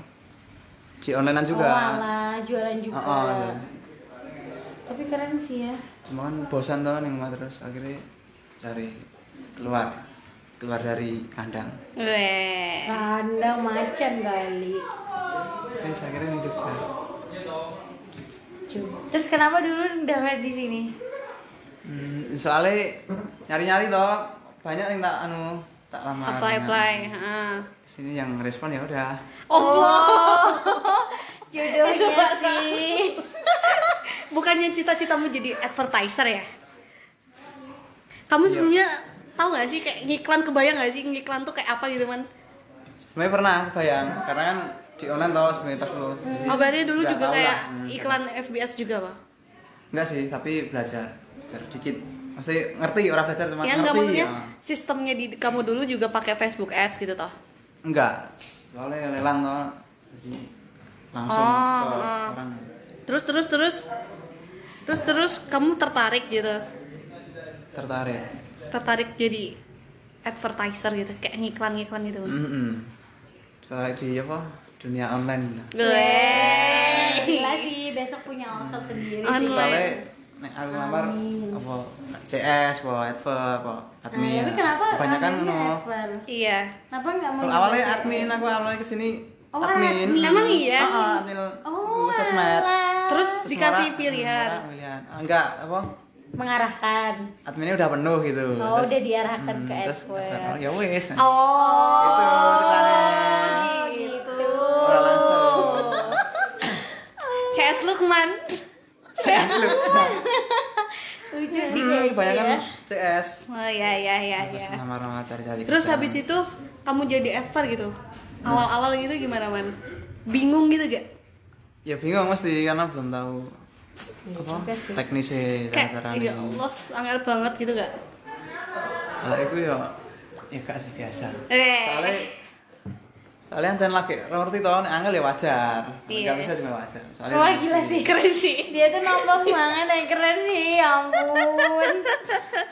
Speaker 1: di onlinean juga
Speaker 3: Oh alah, jualan juga
Speaker 1: Oh, oh, iya.
Speaker 3: Tapi keren sih ya
Speaker 1: cuma kan bosan tuh nih rumah terus akhirnya cari keluar keluar dari kandang
Speaker 2: Weh.
Speaker 3: Kandang macan kali
Speaker 1: terus akhirnya nih Jogja
Speaker 3: Cuk. Terus kenapa dulu daftar di sini?
Speaker 1: hmm, soalnya nyari nyari toh banyak yang tak anu tak lama
Speaker 2: Apply apply. Ah. Heeh.
Speaker 1: sini yang respon ya udah
Speaker 2: Allah,
Speaker 3: Jodohnya Iya sih
Speaker 2: bukannya cita-citamu jadi advertiser ya? Kamu
Speaker 1: Iya.
Speaker 2: sebelumnya tahu gak sih kayak ngiklan kebayang gak sih ngiklan tuh kayak apa gitu man?
Speaker 1: Hmm, sebenarnya pernah kebayang karena kan di online toh sebenarnya pas lulus Jadi
Speaker 2: Oh berarti dulu
Speaker 1: nggak
Speaker 2: juga
Speaker 1: tahu
Speaker 2: kayak
Speaker 1: lah. Hmm,
Speaker 2: iklan FBS juga pak?
Speaker 1: enggak sih tapi belajar belajar dikit mesti ngerti orang belajar cuma
Speaker 2: Ya enggak
Speaker 1: ngerti
Speaker 2: maksudnya
Speaker 1: ya.
Speaker 2: sistemnya di kamu dulu juga pakai Facebook Ads gitu toh?
Speaker 1: enggak soalnya lelang toh jadi langsung
Speaker 2: Oh,
Speaker 1: ke
Speaker 2: oh.
Speaker 1: orang
Speaker 2: Terus terus terus terus terus kamu tertarik gitu?
Speaker 1: tertarik
Speaker 2: Tertarik jadi advertiser gitu kayak ngiklan ngiklan gitu? Man?
Speaker 1: Mm-mm. tertarik di apa dunia online
Speaker 2: Weh.
Speaker 3: Gila sih, besok punya workshop sendiri sih
Speaker 2: Online.
Speaker 1: soalnya nek aku ngamar apa CS apa adver apa
Speaker 3: Nah,
Speaker 2: Eh,
Speaker 1: admin
Speaker 3: tapi kenapa
Speaker 1: kebanyakan
Speaker 3: namanya
Speaker 1: no
Speaker 3: Ever?
Speaker 2: Iya.
Speaker 3: Kenapa nggak mau
Speaker 1: Kalau awalnya
Speaker 3: nyoba?
Speaker 1: admin aku awalnya kesini
Speaker 3: Oh,
Speaker 1: admin
Speaker 3: admin.
Speaker 2: Emang iya?
Speaker 1: oh, oh, admin
Speaker 3: Oh,
Speaker 1: sosmed
Speaker 3: alah.
Speaker 2: Terus
Speaker 1: Terus
Speaker 2: dikasih
Speaker 1: marah,
Speaker 2: pilihan.
Speaker 1: marah, pilihan. Ah, enggak apa
Speaker 3: mengarahkan.
Speaker 1: adminnya udah penuh gitu hmm,
Speaker 3: Oh, udah diarahkan ke
Speaker 1: terus adver,
Speaker 3: adware.
Speaker 1: ya wes
Speaker 2: Oh,
Speaker 1: gitu tertarik
Speaker 2: gitu.
Speaker 1: Orang langsung
Speaker 2: CS Lukman.
Speaker 1: CS lu
Speaker 3: Lucu sih
Speaker 1: Hmm,
Speaker 2: Iya,
Speaker 3: kayak gitu
Speaker 1: kebanyakan
Speaker 3: ya.
Speaker 1: CS
Speaker 2: Oh ya ya ya
Speaker 1: terus
Speaker 2: ya.
Speaker 1: nama-nama cari-cari
Speaker 2: Terus
Speaker 1: kerjaan.
Speaker 2: habis itu kamu jadi adver gitu. Awal-awal gitu gimana, Man? Bingung gitu gak?
Speaker 1: ya bingung mesti karena belum tahu apa
Speaker 3: Iya, juga sih.
Speaker 1: teknisnya
Speaker 2: Kayak
Speaker 1: cara
Speaker 2: ya Allah, angel banget gitu gak?
Speaker 1: kalau aku ya ya gak sih biasa soalnya
Speaker 2: Eh.
Speaker 1: soalnya jangan lagi ngerti tau nek angel ya wajar
Speaker 2: Iya.
Speaker 1: nggak bisa juga wajar soalnya
Speaker 3: Wah, gila sih.
Speaker 2: Keren sih.
Speaker 3: Dia tuh nongkrong banget dan keren sih, ya ampun.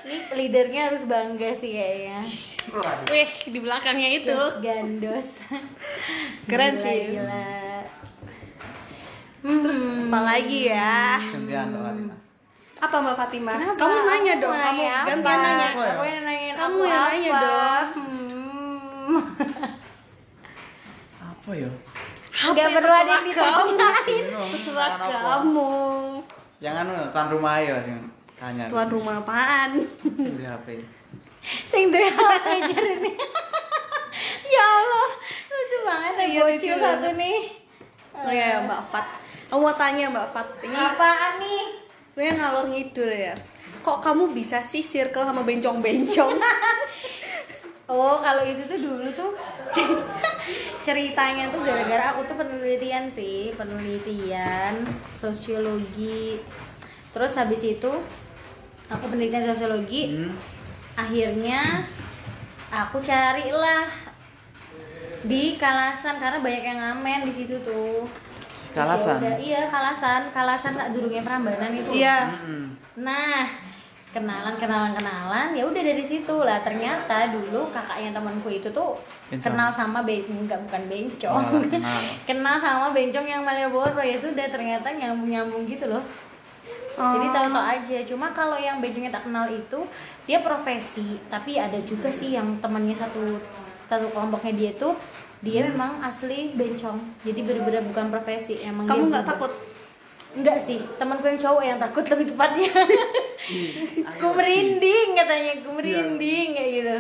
Speaker 3: Ini leadernya harus bangga sih kayaknya.
Speaker 2: Gitu. Wih, di belakangnya itu.
Speaker 3: Terus gandos.
Speaker 2: Keren
Speaker 3: Gila,
Speaker 2: sih.
Speaker 3: Gila.
Speaker 2: Terus apa lagi ya?
Speaker 1: gantian tau Alina
Speaker 2: Apa Mbak Fatima?
Speaker 3: Kenapa?
Speaker 2: Ah, Kamu nanya
Speaker 3: Aku
Speaker 2: dong, kamu
Speaker 3: nanya apa?
Speaker 2: gantian nanya.
Speaker 1: Apa ya?
Speaker 3: Aku yang nanyain
Speaker 2: Kamu
Speaker 3: aku
Speaker 2: yang nanya
Speaker 3: apa?
Speaker 2: dong.
Speaker 3: Hmm.
Speaker 1: apa ya
Speaker 2: Apa
Speaker 3: Nggak
Speaker 2: yang
Speaker 3: perlu ada
Speaker 2: terserah
Speaker 3: yang
Speaker 2: kamu?
Speaker 1: Bingung,
Speaker 2: Terserah
Speaker 1: makan apa.
Speaker 2: kamu.
Speaker 1: yang anu tuan rumah ya sing tanya gitu.
Speaker 2: Tuan rumah apaan?
Speaker 1: Sing di HP
Speaker 3: Sing duwe alat ngajarin Ya Allah, lucu banget ya
Speaker 2: Iya, lucu
Speaker 3: bocil satu
Speaker 2: banget.
Speaker 3: nih.
Speaker 2: Oh iya, Mbak Fat. Kamu mau tanya Mbak Fat, ini
Speaker 3: Apaan nih?
Speaker 2: sebenarnya ngalor ngidul ya. Kok kamu bisa sih circle sama bencong-bencong? Iya.
Speaker 3: Oh, kalau itu tuh dulu tuh ceritanya tuh gara-gara aku tuh penelitian sih, penelitian sosiologi. Terus habis itu aku penelitian sosiologi,
Speaker 1: Hmm.
Speaker 3: akhirnya aku carilah di Kalasan karena banyak yang ngamen di situ tuh. Terus
Speaker 1: Kalasan?
Speaker 3: ya udah, iya, Kalasan, Kalasan tak durungnya Prambanan itu.
Speaker 2: Iya.
Speaker 1: Mm-mm.
Speaker 3: Nah, kenalan kenalan kenalan ya udah dari situ lah ternyata dulu kakaknya temanku itu tuh
Speaker 1: Bencong.
Speaker 3: kenal sama be enggak bukan bencong
Speaker 1: Oh, kenal.
Speaker 3: kenal sama bencong yang Malioboro ya sudah ternyata nyambung nyambung gitu loh
Speaker 2: Oh.
Speaker 3: Jadi tahu-tahu aja. Cuma kalau yang bajunya tak kenal itu dia profesi, tapi ada juga sih yang temannya satu satu kelompoknya dia tuh dia
Speaker 1: Hmm.
Speaker 3: memang asli bencong. Jadi bener-bener bukan profesi. Emang dia
Speaker 2: Kamu nggak
Speaker 3: berubah.
Speaker 2: takut?
Speaker 3: Enggak sih, temanku yang cowok yang takut lebih tepatnya. gue merinding katanya,
Speaker 1: Iya.
Speaker 3: gue merinding kayak gitu.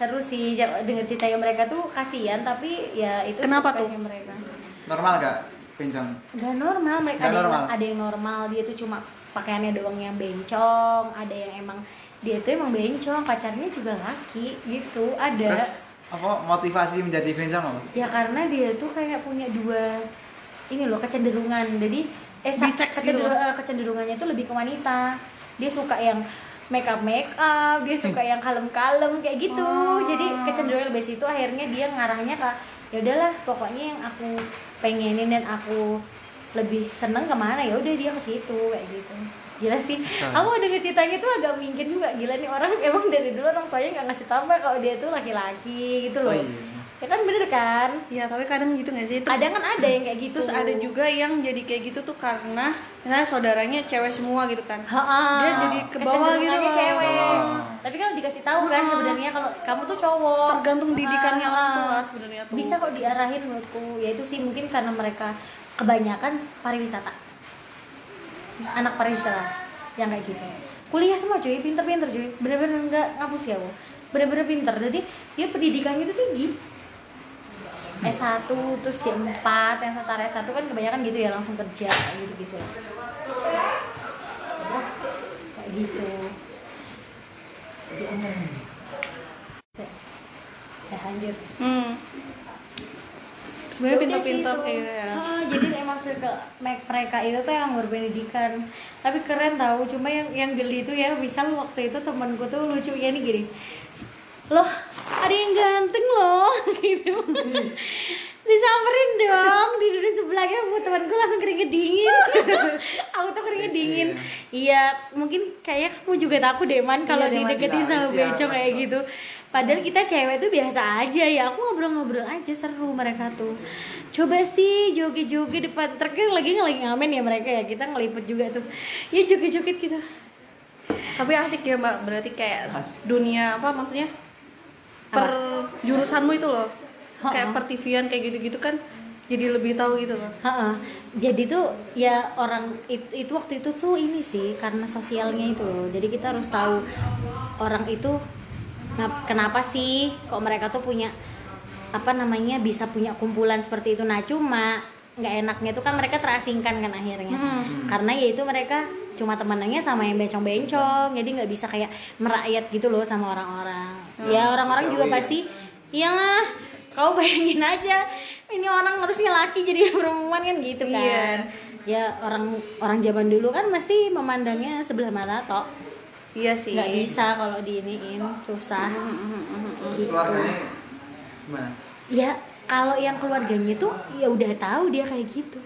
Speaker 3: Seru sih jar- denger ceritanya mereka tuh kasihan tapi ya itu
Speaker 2: Kenapa
Speaker 3: sukanya
Speaker 2: tuh?
Speaker 3: mereka.
Speaker 1: normal gak bencong
Speaker 3: Gak normal mereka
Speaker 1: Nggak
Speaker 3: ada,
Speaker 1: normal.
Speaker 3: Yang, ada yang normal dia tuh cuma pakaiannya doang yang bencong, ada yang emang dia tuh emang bencong, pacarnya juga laki gitu, ada.
Speaker 1: terus apa motivasi menjadi bencong apa
Speaker 3: Ya karena dia tuh kayak punya dua ini loh kecenderungan. Jadi eh sa-
Speaker 2: Bisex gitu
Speaker 3: kecender-
Speaker 2: loh.
Speaker 3: eh, kecenderungannya tuh lebih ke wanita. Dia suka yang make up make up, dia suka
Speaker 2: Hmm.
Speaker 3: yang kalem-kalem kayak gitu.
Speaker 2: Ah.
Speaker 3: Jadi kecenderungan lebih situ akhirnya dia ngarahnya ke ya udahlah pokoknya yang aku pengenin dan aku lebih seneng kemana ya udah dia ke situ kayak gitu gila sih
Speaker 1: Bisa.
Speaker 3: aku denger ceritanya tuh agak mikir juga gila nih orang emang dari dulu orang tuanya nggak ngasih tahu Mbak, kalau dia tuh laki-laki gitu
Speaker 1: oh
Speaker 3: loh
Speaker 1: iya
Speaker 3: ya kan bener kan
Speaker 2: Iya, tapi kadang gitu nggak sih? Terus,
Speaker 3: ada kan ada yang kayak gitu
Speaker 2: terus ada juga yang jadi kayak gitu tuh karena misalnya saudaranya cewek semua gitu kan.
Speaker 3: Ha-ha.
Speaker 2: Dia jadi ke bawah gitu
Speaker 3: Kecenderungannya
Speaker 2: loh.
Speaker 3: cewek
Speaker 1: Oh.
Speaker 3: tapi kan udah dikasih tahu kan sebenarnya kalau kamu tuh cowok
Speaker 2: Tergantung didikannya
Speaker 3: Ha-ha.
Speaker 2: orang tua sebenarnya ya, tuh.
Speaker 3: bisa kok diarahin menurutku ya itu sih mungkin karena mereka kebanyakan pariwisata anak pariwisata yang kayak gitu kuliah semua cuy pinter-pinter cuy bener-bener nggak ngapus ya Bu. bener-bener pinter jadi dia pendidikannya itu tinggi S1 terus D4 yang setara S1 kan kebanyakan gitu ya langsung kerja kayak gitu-gitu lah. Wah, kayak gitu Jadi, hmm. ya lanjut
Speaker 2: Hmm. Sebenarnya
Speaker 3: Ya udah sih
Speaker 2: pintar-pintar
Speaker 3: itu.
Speaker 2: kayak gitu ya.
Speaker 3: Heeh, jadi emang circle me- mereka itu tuh yang berpendidikan. Tapi keren tahu, cuma yang yang geli itu ya, misal waktu itu temanku tuh lucunya nih gini. Loh, ada yang ganteng loh gitu. Disamperin dong, duduk sebelahnya buat temanku langsung keringet dingin. aku tuh keringet dingin. Iya, mungkin kayaknya kamu juga takut deh man kan kalau
Speaker 2: Iya, deh, Man.
Speaker 3: dideketin sama
Speaker 1: Iya,
Speaker 3: becok kayak
Speaker 1: betul.
Speaker 3: gitu padahal kita cewek tuh biasa aja ya aku ngobrol-ngobrol aja seru mereka tuh coba sih joget-joget depan terakhir lagi lagi ngamen ya mereka ya kita ngeliput juga tuh ya joget-joget gitu
Speaker 2: Tapi asik ya Mbak, berarti kayak
Speaker 1: Asik.
Speaker 2: dunia apa maksudnya? Per jurusanmu itu loh. Kayak pertivian kayak gitu-gitu kan jadi lebih tahu gitu loh.
Speaker 3: Heeh. Jadi tuh ya orang itu, itu waktu itu tuh ini sih karena sosialnya itu loh. Jadi kita harus tahu orang itu ngap- kenapa sih kok mereka tuh punya apa namanya bisa punya kumpulan seperti itu. Nah cuma nggak enaknya tuh kan mereka terasingkan kan akhirnya karena yaitu mereka cuma temenannya sama yang bencong-bencong jadi nggak bisa kayak merakyat gitu loh sama orang-orang ya orang-orang
Speaker 1: jauh
Speaker 3: juga
Speaker 1: ya.
Speaker 3: pasti iyalah kau bayangin aja ini orang harusnya laki jadi perempuan kan gitu kan
Speaker 2: Iya.
Speaker 3: ya orang orang zaman dulu kan mesti memandangnya sebelah mata toh
Speaker 2: Iya sih.
Speaker 3: nggak bisa kalau diiniin susah
Speaker 1: terus keluarganya gimana
Speaker 3: ya kalau yang keluarganya tuh ya udah tahu dia kayak gitu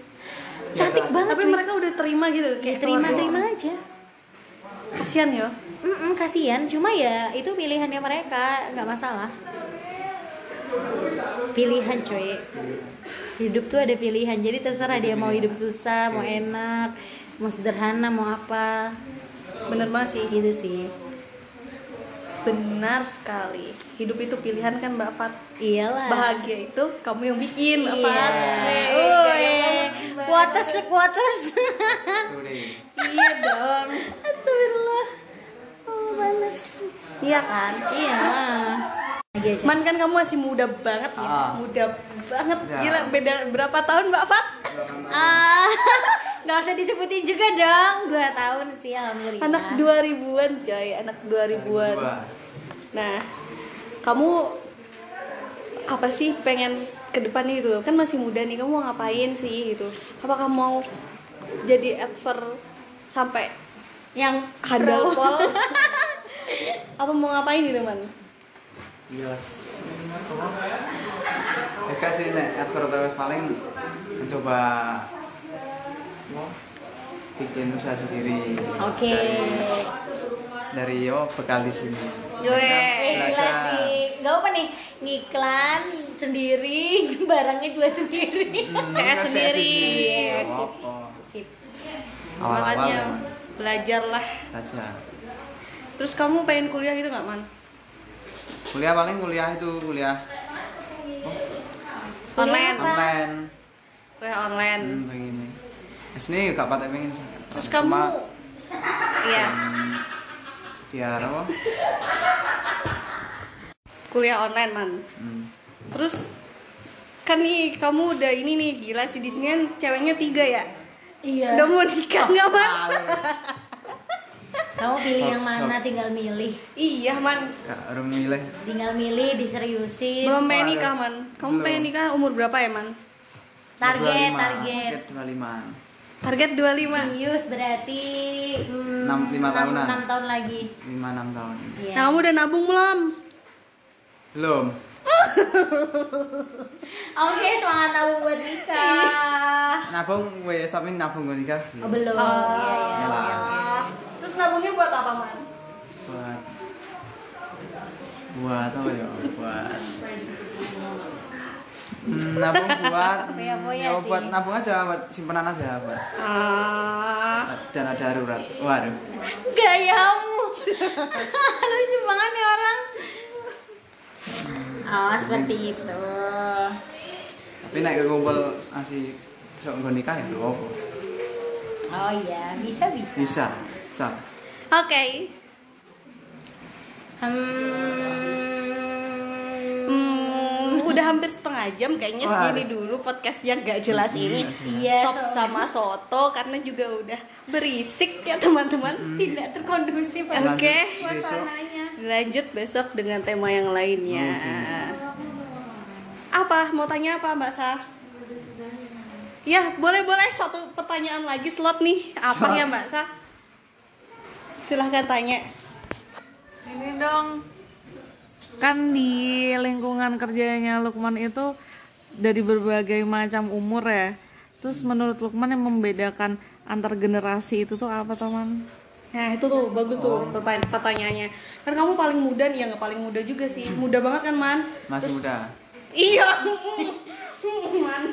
Speaker 3: cantik
Speaker 1: Biasa.
Speaker 3: banget
Speaker 2: Iya, Tapi
Speaker 3: cuy.
Speaker 2: mereka udah terima gitu
Speaker 3: ya
Speaker 2: kayak
Speaker 3: terima
Speaker 2: keluarga.
Speaker 3: terima aja
Speaker 2: Kasian ya.
Speaker 3: Mm-mm, kasihan cuma ya itu pilihannya mereka nggak masalah pilihan coy hidup tuh ada pilihan jadi terserah dia mau hidup susah mau enak mau sederhana mau apa
Speaker 2: Bener banget sih.
Speaker 3: gitu sih
Speaker 2: Benar sekali. Hidup itu pilihan kan Mbak Fat.
Speaker 3: iyalah
Speaker 2: Bahagia itu kamu yang bikin, Mbak
Speaker 3: Iya.
Speaker 2: Fat. Nih, gaya
Speaker 3: Woi,
Speaker 2: banget, Mbak.
Speaker 3: kuotas kuotas.
Speaker 1: Suri
Speaker 2: Iya dong.
Speaker 3: Astagfirullah. Oh, panas.
Speaker 2: Iya kan?
Speaker 3: Iya. Lagi aja.
Speaker 2: Man kan kamu masih muda banget ya.
Speaker 1: Ah.
Speaker 2: Muda banget.
Speaker 1: Ya.
Speaker 2: Gila beda berapa tahun Mbak Fat?
Speaker 3: Ah, nggak usah disebutin juga dong. Dua tahun sih, alhamdulillah.
Speaker 2: Anak 2000-an, coy. Anak 2000-an.
Speaker 1: Dua.
Speaker 2: Nah, kamu apa sih pengen ke depannya gitu loh? Kan masih muda nih, kamu mau ngapain sih gitu? Apakah mau jadi adver sampai
Speaker 3: yang
Speaker 2: handal
Speaker 3: pro.
Speaker 2: pol? apa mau ngapain gitu, Man?
Speaker 1: Yes. Ya guys sih nek advert terus paling mencoba apa, bikin usaha sendiri.
Speaker 3: Oke.
Speaker 1: Dari yo bekal di sini.
Speaker 2: Yo,
Speaker 3: Eh, gila
Speaker 1: Belajar.
Speaker 3: sih. Gak apa nih ngiklan sendiri, barangnya juga sendiri.
Speaker 1: Hmm,
Speaker 2: CS
Speaker 1: kan
Speaker 2: sendiri.
Speaker 1: Nggak apa-apa.
Speaker 3: Sip.
Speaker 1: Awal-awal
Speaker 2: Makanya
Speaker 1: emang.
Speaker 2: belajarlah.
Speaker 1: aja
Speaker 2: Terus kamu pengen kuliah gitu nggak man?
Speaker 1: kuliah paling kuliah itu kuliah
Speaker 2: Online,
Speaker 3: Apa?
Speaker 1: online
Speaker 2: kuliah online.
Speaker 1: hmm, begini Eh, sini gak patah pengen
Speaker 2: Terus kamu,
Speaker 1: Cuma
Speaker 2: iya
Speaker 1: biar apa
Speaker 2: kuliah online man.
Speaker 1: hmm.
Speaker 2: Terus kan nih kamu udah ini nih gila sih di sini kan ceweknya tiga ya.
Speaker 3: Iya.
Speaker 2: Udah mau nikah nggak man?
Speaker 3: Kamu pilih yang
Speaker 1: Hoax,
Speaker 3: mana
Speaker 1: hoax.
Speaker 3: tinggal milih.
Speaker 2: Iya man.
Speaker 1: gak harus milih
Speaker 3: Tinggal milih diseriusin.
Speaker 2: Belum pengen
Speaker 1: Waduh.
Speaker 2: nikah man. Kamu
Speaker 1: Belum.
Speaker 2: pengen nikah umur berapa ya man?
Speaker 3: Target,
Speaker 1: 25,
Speaker 3: target.
Speaker 1: target 25
Speaker 2: Target 25.
Speaker 3: Serius berarti hmm,
Speaker 1: Enam- lima
Speaker 3: enam-
Speaker 1: tahunan.
Speaker 3: enam tahun lagi.
Speaker 1: 5 6 tahun
Speaker 3: Iya.
Speaker 2: Nah, kamu udah nabung belum?
Speaker 1: belum
Speaker 3: Oke, semangat nabung buat nikah.
Speaker 2: Ah.
Speaker 1: nabung wes tapi nabung gue nikah
Speaker 3: Oh,
Speaker 1: belum
Speaker 3: belum.
Speaker 2: Ah.
Speaker 1: Ya lah,
Speaker 2: Terus nabungnya buat apa, Man?
Speaker 1: buat buat apa ya buat Hmm, nabung buat hmm,
Speaker 3: Poya-poya
Speaker 1: ya
Speaker 3: sih.
Speaker 1: buat nabung aja buat simpanan aja buat
Speaker 2: Ah.
Speaker 1: dana darurat waduh
Speaker 3: Gayamu. Lucu banget nih orang.
Speaker 1: Hmm.
Speaker 3: Oh, seperti itu.
Speaker 1: tapi naik ke kumpul masih besok gue nikah ya gak apa
Speaker 3: Oh iya, bisa bisa.
Speaker 1: bisa bisa
Speaker 2: Oke.
Speaker 3: Hmm.
Speaker 2: Hmm, udah hampir setengah jam kayaknya
Speaker 1: Wah. Hmm,
Speaker 2: segini dulu podcastnya gak jelas ini.
Speaker 3: Iya,
Speaker 2: Sop
Speaker 3: so-
Speaker 2: sama soto karena juga udah berisik ya teman-teman.
Speaker 3: Tidak terkondusif
Speaker 2: Oke.
Speaker 1: Hmm. Lanjut besok
Speaker 3: suasananya.
Speaker 2: Lanjut besok dengan tema yang lainnya. Apa? Mau tanya apa, Mbak Sa? Ya, boleh-boleh satu pertanyaan lagi slot nih. Apa
Speaker 1: Slot.
Speaker 2: ya, Mbak Sa? Silahkan tanya.
Speaker 4: Ini dong kan di lingkungan kerjanya Lukman itu dari berbagai macam umur ya. Terus menurut Lukman yang membedakan antar generasi itu tuh apa teman?
Speaker 2: Nah itu tuh bagus tuh pertanya- pertanyaannya. Kan kamu paling muda nih, ya nggak paling muda juga sih. Muda banget kan man?
Speaker 1: masih muda
Speaker 2: Iya. man.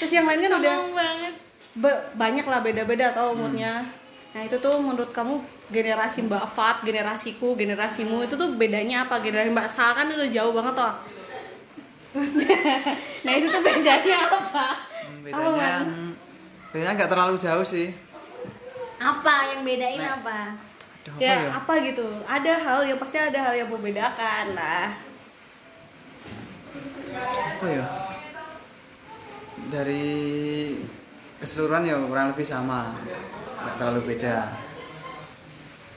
Speaker 2: Terus yang lain kan udah
Speaker 4: banget.
Speaker 2: ba- banyak lah beda-beda tau umurnya. Nah itu tuh menurut kamu generasi Mbak Fat, generasiku, generasimu itu tuh bedanya apa? Generasi Mbak Sa kan itu jauh banget toh. nah itu tuh bedanya apa?
Speaker 1: Hmm,
Speaker 2: Apa,
Speaker 1: bedanya
Speaker 2: Man?
Speaker 1: hmm, bedanya nggak terlalu jauh sih
Speaker 3: Apa yang bedain
Speaker 2: Nah,
Speaker 3: apa?
Speaker 1: Aduh, apa
Speaker 2: ya,
Speaker 1: ya?
Speaker 2: apa gitu? Ada hal yang pasti ada hal yang membedakan lah.
Speaker 1: apa ya dari keseluruhan ya kurang lebih sama nggak terlalu beda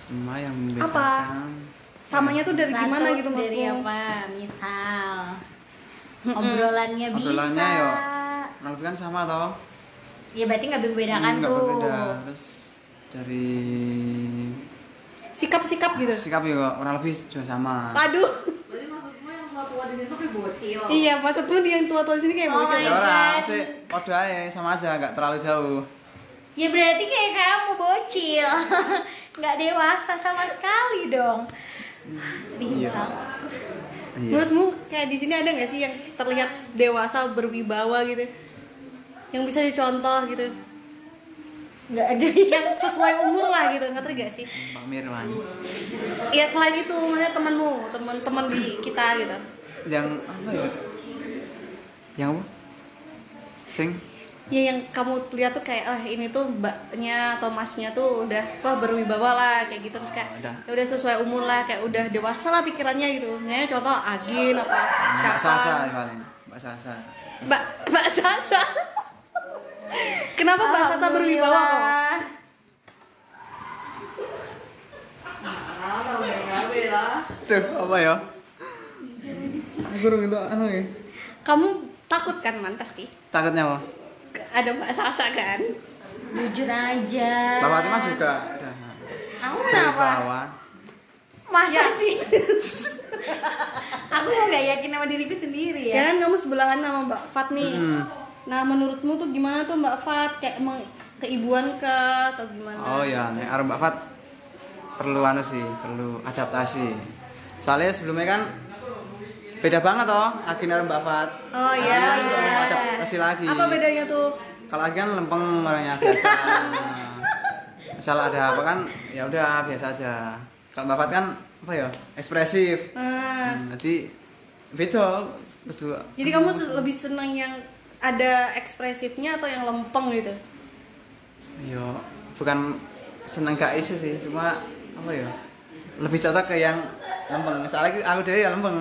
Speaker 1: semua yang membedakan
Speaker 2: Samanya tuh dari gimana
Speaker 3: Satu,
Speaker 2: gitu
Speaker 3: dari
Speaker 2: menurutmu?
Speaker 3: apa misal obrolannya bisa
Speaker 1: Obrolannya ya kurang lebih kan sama toh
Speaker 3: ya berarti nggak membedakan
Speaker 1: Hmm, nggak
Speaker 3: tuh
Speaker 1: berbeda terus dari
Speaker 2: sikap-sikap gitu.
Speaker 1: sikap ya kurang lebih juga sama
Speaker 2: Aduh. Iya, maksudmu dia yang tua-tua di sini kayak
Speaker 3: Oh
Speaker 2: bocil.
Speaker 3: my
Speaker 1: ya orang
Speaker 3: God.
Speaker 1: sih kode aja sama aja nggak terlalu jauh
Speaker 3: ya berarti kayak kamu bocil nggak dewasa sama sekali dong
Speaker 2: Iya.
Speaker 3: sedih banget.
Speaker 1: iya
Speaker 2: Menurutmu kayak di sini ada nggak sih yang terlihat dewasa berwibawa gitu? Yang bisa dicontoh gitu.
Speaker 3: nggak ada
Speaker 2: Yang sesuai umur lah gitu, ngerti gak sih?
Speaker 1: Pak Mirwan
Speaker 2: Iya, selain itu maksudnya temanmu, teman-teman di kita gitu.
Speaker 1: yang apa ya yang apa sing
Speaker 2: Ya yang kamu lihat tuh kayak ah ini tuh mbaknya atau masnya tuh udah wah berwibawa lah kayak gitu terus kayak
Speaker 1: Oh, udah.
Speaker 2: ya udah sesuai umur lah kayak udah dewasa lah pikirannya gitu. Misalnya contoh Agin apa
Speaker 1: Mbak
Speaker 2: siapa.
Speaker 1: Sasa paling Mbak Sasa
Speaker 2: Mbak Mbak Sasa. Kenapa Mbak Sasa berwibawa? kok?
Speaker 3: Alhamdulillah.
Speaker 1: Tuh, apa ya? Aku rung itu anu ya.
Speaker 2: Kamu takut kan man pasti?
Speaker 1: Takutnya apa?
Speaker 2: Ada Mbak Sasa kan?
Speaker 3: jujur aja
Speaker 1: Mbak Fatima juga udah
Speaker 3: kamu
Speaker 1: dari
Speaker 3: kenapa
Speaker 1: bawah.
Speaker 3: masa
Speaker 2: Ya.
Speaker 3: sih aku mau nggak yakin sama diriku sendiri ya
Speaker 2: Ya kan kamu sebelahan sama Mbak Fat nih. Nah menurutmu tuh gimana tuh Mbak Fat kayak emang keibuan ke atau gimana?
Speaker 1: Oh ya, nek arep Mbak Fat perlu anu sih, perlu adaptasi. Soalnya sebelumnya kan beda banget toh Agin arep Mbak Fat.
Speaker 2: Oh
Speaker 1: Agin
Speaker 2: iya.
Speaker 1: kan perlu adaptasi lagi.
Speaker 2: Apa bedanya tuh?
Speaker 1: Kalau Agin kan lempeng orangnya biasa. misal ada apa kan ya udah biasa aja kalau Mbak Fat kan apa ya ekspresif
Speaker 2: Nah,
Speaker 1: Hmm, nanti beda berdua
Speaker 2: jadi kamu se- lebih seneng yang ada ekspresifnya atau yang lempeng gitu?
Speaker 1: Yo, Iya, bukan seneng gak isi sih, cuma apa ya? Lebih cocok ke yang lempeng. Soalnya aku- aku dhewe ya lempeng.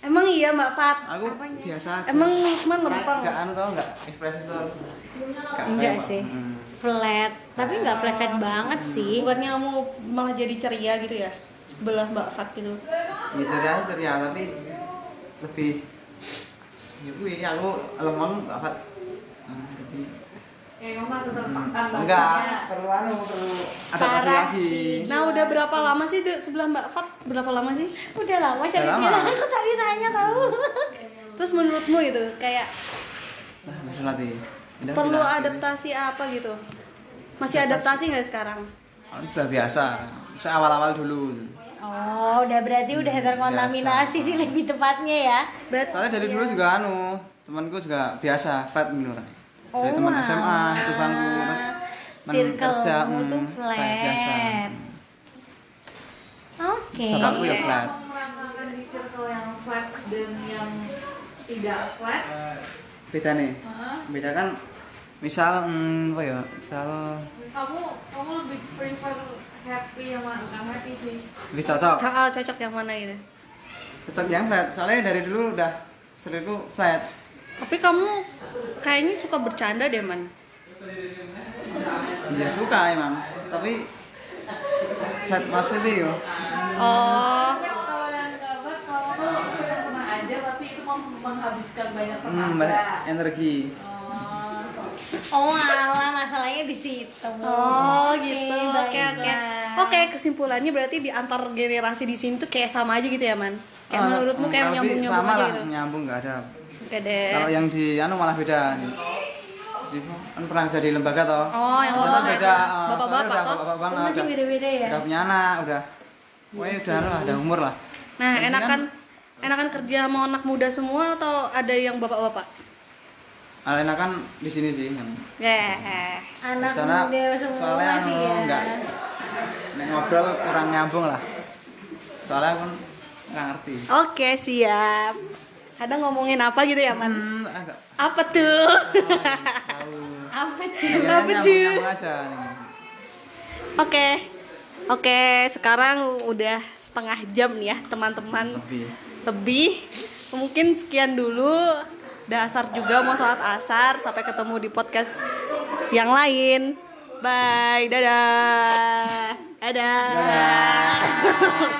Speaker 2: Emang iya Mbak Fat?
Speaker 1: Aku biasa aja.
Speaker 2: Emang Lukman lempeng?
Speaker 1: Gak- Gak anu tau gak ekspresif tau. Gak
Speaker 3: Enggak
Speaker 1: kayak-
Speaker 3: sih.
Speaker 1: Hmm.
Speaker 3: Flat, tapi nggak flat-flat banget sih.
Speaker 2: Bukannya kamu malah jadi ceria gitu ya? Sebelah Mbak Fat gitu.
Speaker 1: Ya ceria ceria tapi lebih ya gue aku lempeng gak apa. Hmm, jadi-
Speaker 4: Kayak Eh, kamu masih tertekan
Speaker 1: Enggak, perlu anu perlu adaptasi
Speaker 3: Parah
Speaker 1: lagi.
Speaker 2: Nah, udah berapa lama sih di- sebelah Mbak Fat? Berapa lama sih?
Speaker 3: Udah lama cari
Speaker 1: lama.
Speaker 3: dia. Aku tadi tanya tahu.
Speaker 2: Terus menurutmu itu kayak
Speaker 1: Nah, masuk latih. Udah
Speaker 2: perlu
Speaker 1: dilatih.
Speaker 2: adaptasi apa gitu? Masih adaptasi nggak sekarang?
Speaker 1: Udah biasa. Saya awal-awal dulu.
Speaker 3: Oh, udah berarti udah
Speaker 1: Hmm,
Speaker 3: terkontaminasi sih lebih tepatnya ya.
Speaker 2: Berarti
Speaker 1: Soalnya dari dulu juga anu, temanku juga biasa flat gitu orang. Dari teman
Speaker 3: Oh, ah.
Speaker 1: SMA, itu bangku, terus teman
Speaker 3: circle
Speaker 1: kerja,
Speaker 3: mu tuh
Speaker 1: hmm,
Speaker 3: flat.
Speaker 1: kayak biasa.
Speaker 3: Oke.
Speaker 1: Bapakku ya flat.
Speaker 4: Kamu merasakan di circle yang flat dan yang tidak flat.
Speaker 1: Beda nih.
Speaker 4: Hah?
Speaker 1: Beda kan misal hmm, apa ya? Misal
Speaker 4: Kamu kamu lebih prefer happy sama bukan happy sih.
Speaker 1: lebih cocok.
Speaker 2: Ah, cocok yang mana gitu?
Speaker 1: Cocok yang flat. Soalnya dari dulu udah seringku flat.
Speaker 2: Tapi kamu kayaknya suka bercanda deh, Man.
Speaker 1: Iya suka emang, tapi flat ya, mas lebih yo.
Speaker 2: Oh,
Speaker 4: Kalau yang nggak flat kamu tuh senang-senang aja tapi itu mem- menghabiskan banyak
Speaker 1: Hmm,
Speaker 4: tenaga.
Speaker 1: banyak energi.
Speaker 4: Oh.
Speaker 3: Oh, alah masalahnya di situ.
Speaker 2: oh gitu. Oke, oke.
Speaker 3: baiklah.
Speaker 2: Oke, kesimpulannya berarti di antar generasi di sini tuh kayak sama aja gitu ya, Man. Kayak
Speaker 1: Ah,
Speaker 2: menurutmu kayak
Speaker 1: tapi
Speaker 2: menyambung-nyambung
Speaker 1: sama
Speaker 2: aja
Speaker 1: lah,
Speaker 2: gitu.
Speaker 1: menyambung nggak ada
Speaker 2: Oke deh.
Speaker 1: Kalau yang di anu malah beda nih. Di, kan pernah jadi lembaga toh.
Speaker 2: Oh, yang
Speaker 1: Itu
Speaker 2: lembaga
Speaker 1: iya. beda.
Speaker 2: itu.
Speaker 1: ah,
Speaker 2: Bapak-bapak
Speaker 1: soalnya udah
Speaker 2: toh?
Speaker 1: Bapak-bapak
Speaker 3: Itu
Speaker 1: banget.
Speaker 3: masih
Speaker 1: udah-
Speaker 3: beda-beda ya?
Speaker 1: Udah punya anak, udah. Pokoknya udah anu lah, udah umur lah.
Speaker 2: Nah,
Speaker 1: Terus
Speaker 2: enakan
Speaker 1: kan-
Speaker 2: enakan kerja sama anak muda semua atau ada yang bapak-bapak?
Speaker 1: Kalau enakan di sini sih yang
Speaker 2: Yeah.
Speaker 3: Anak
Speaker 1: Soalnya-
Speaker 3: muda semua
Speaker 1: soalnya
Speaker 3: sih
Speaker 1: anu,
Speaker 3: ya.
Speaker 1: enggak. nek ngobrol kurang nyambung lah. Soalnya kan nggak ngerti.
Speaker 2: Oke, siap. Ada ngomongin apa gitu ya, Man?
Speaker 1: Hmm, agak
Speaker 2: Apa tuh?
Speaker 1: tahu.
Speaker 3: Apa tuh?
Speaker 1: Kayaknya
Speaker 2: Apa, Ci?
Speaker 1: nyambung-nyambung aja nih.
Speaker 2: Oke. Oke, sekarang udah setengah jam nih ya, teman-teman.
Speaker 1: Lebih.
Speaker 2: Lebih. Mungkin sekian dulu. Dasar juga mau sholat asar. Sampai ketemu di podcast yang lain. Bye. Dadah. Dadah.
Speaker 1: Dadah.